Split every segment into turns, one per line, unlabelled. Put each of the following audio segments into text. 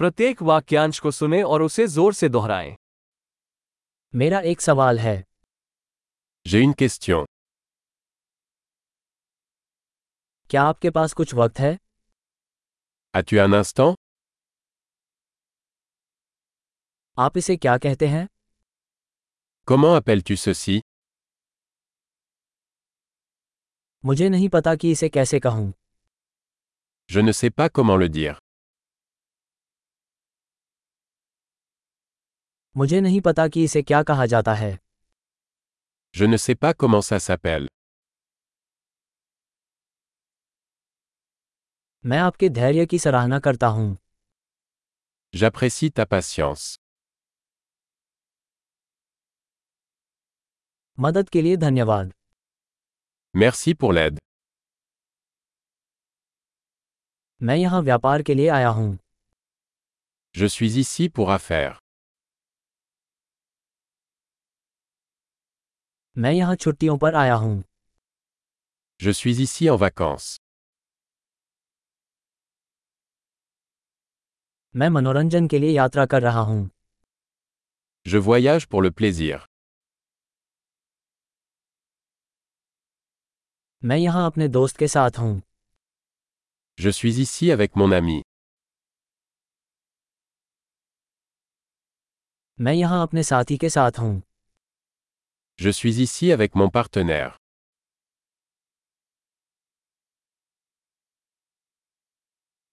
प्रत्येक वाक्यांश को सुने और उसे जोर से दोहराएं
मेरा एक सवाल है
J'ai une question.
क्या आपके पास कुछ वक्त है
As-tu un instant
आप इसे क्या कहते हैं
Comment appelles-tu ceci
मुझे नहीं पता कि इसे कैसे कहूँ
Je ne sais pas comment le dire.
मुझे नहीं पता कि इसे क्या कहा जाता है
Je ne sais pas comment ça s'appelle.
मैं आपके धैर्य की सराहना करता हूँ
J'apprécie ta patience.
मदद के लिए धन्यवाद
Merci pour l'aide.
मैं यहाँ व्यापार के लिए आया हूँ
Je suis ici pour affaires.
मैं यहाँ छुट्टियों पर आया हूँ
Je suis ici en vacances.
मैं मनोरंजन के लिए यात्रा कर रहा हूँ
Je voyage pour le plaisir.
मैं यहाँ अपने दोस्त के साथ हूँ
Je suis ici avec mon ami.
मैं यहाँ अपने साथी के साथ हूँ
Je suis ici avec mon partenaire.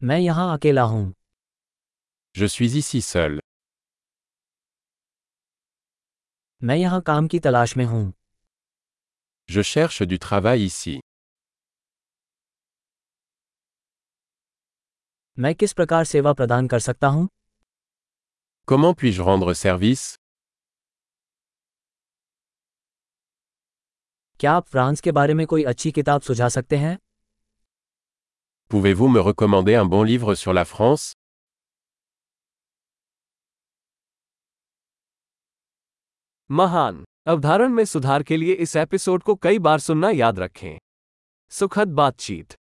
मैं यहाँ अकेला हूँ
Je suis ici seul.
मैं यहाँ काम की तलाश में हूँ
Je cherche du travail ici.
मैं किस प्रकार सेवा प्रदान कर सकता हूँ
Comment puis-je rendre service
क्या आप फ्रांस के बारे में कोई अच्छी किताब सुझा सकते हैं
Pouvez-vous me recommander un bon livre sur la France
महान अवधारण में सुधार के लिए इस एपिसोड को कई बार सुनना याद रखें सुखद बातचीत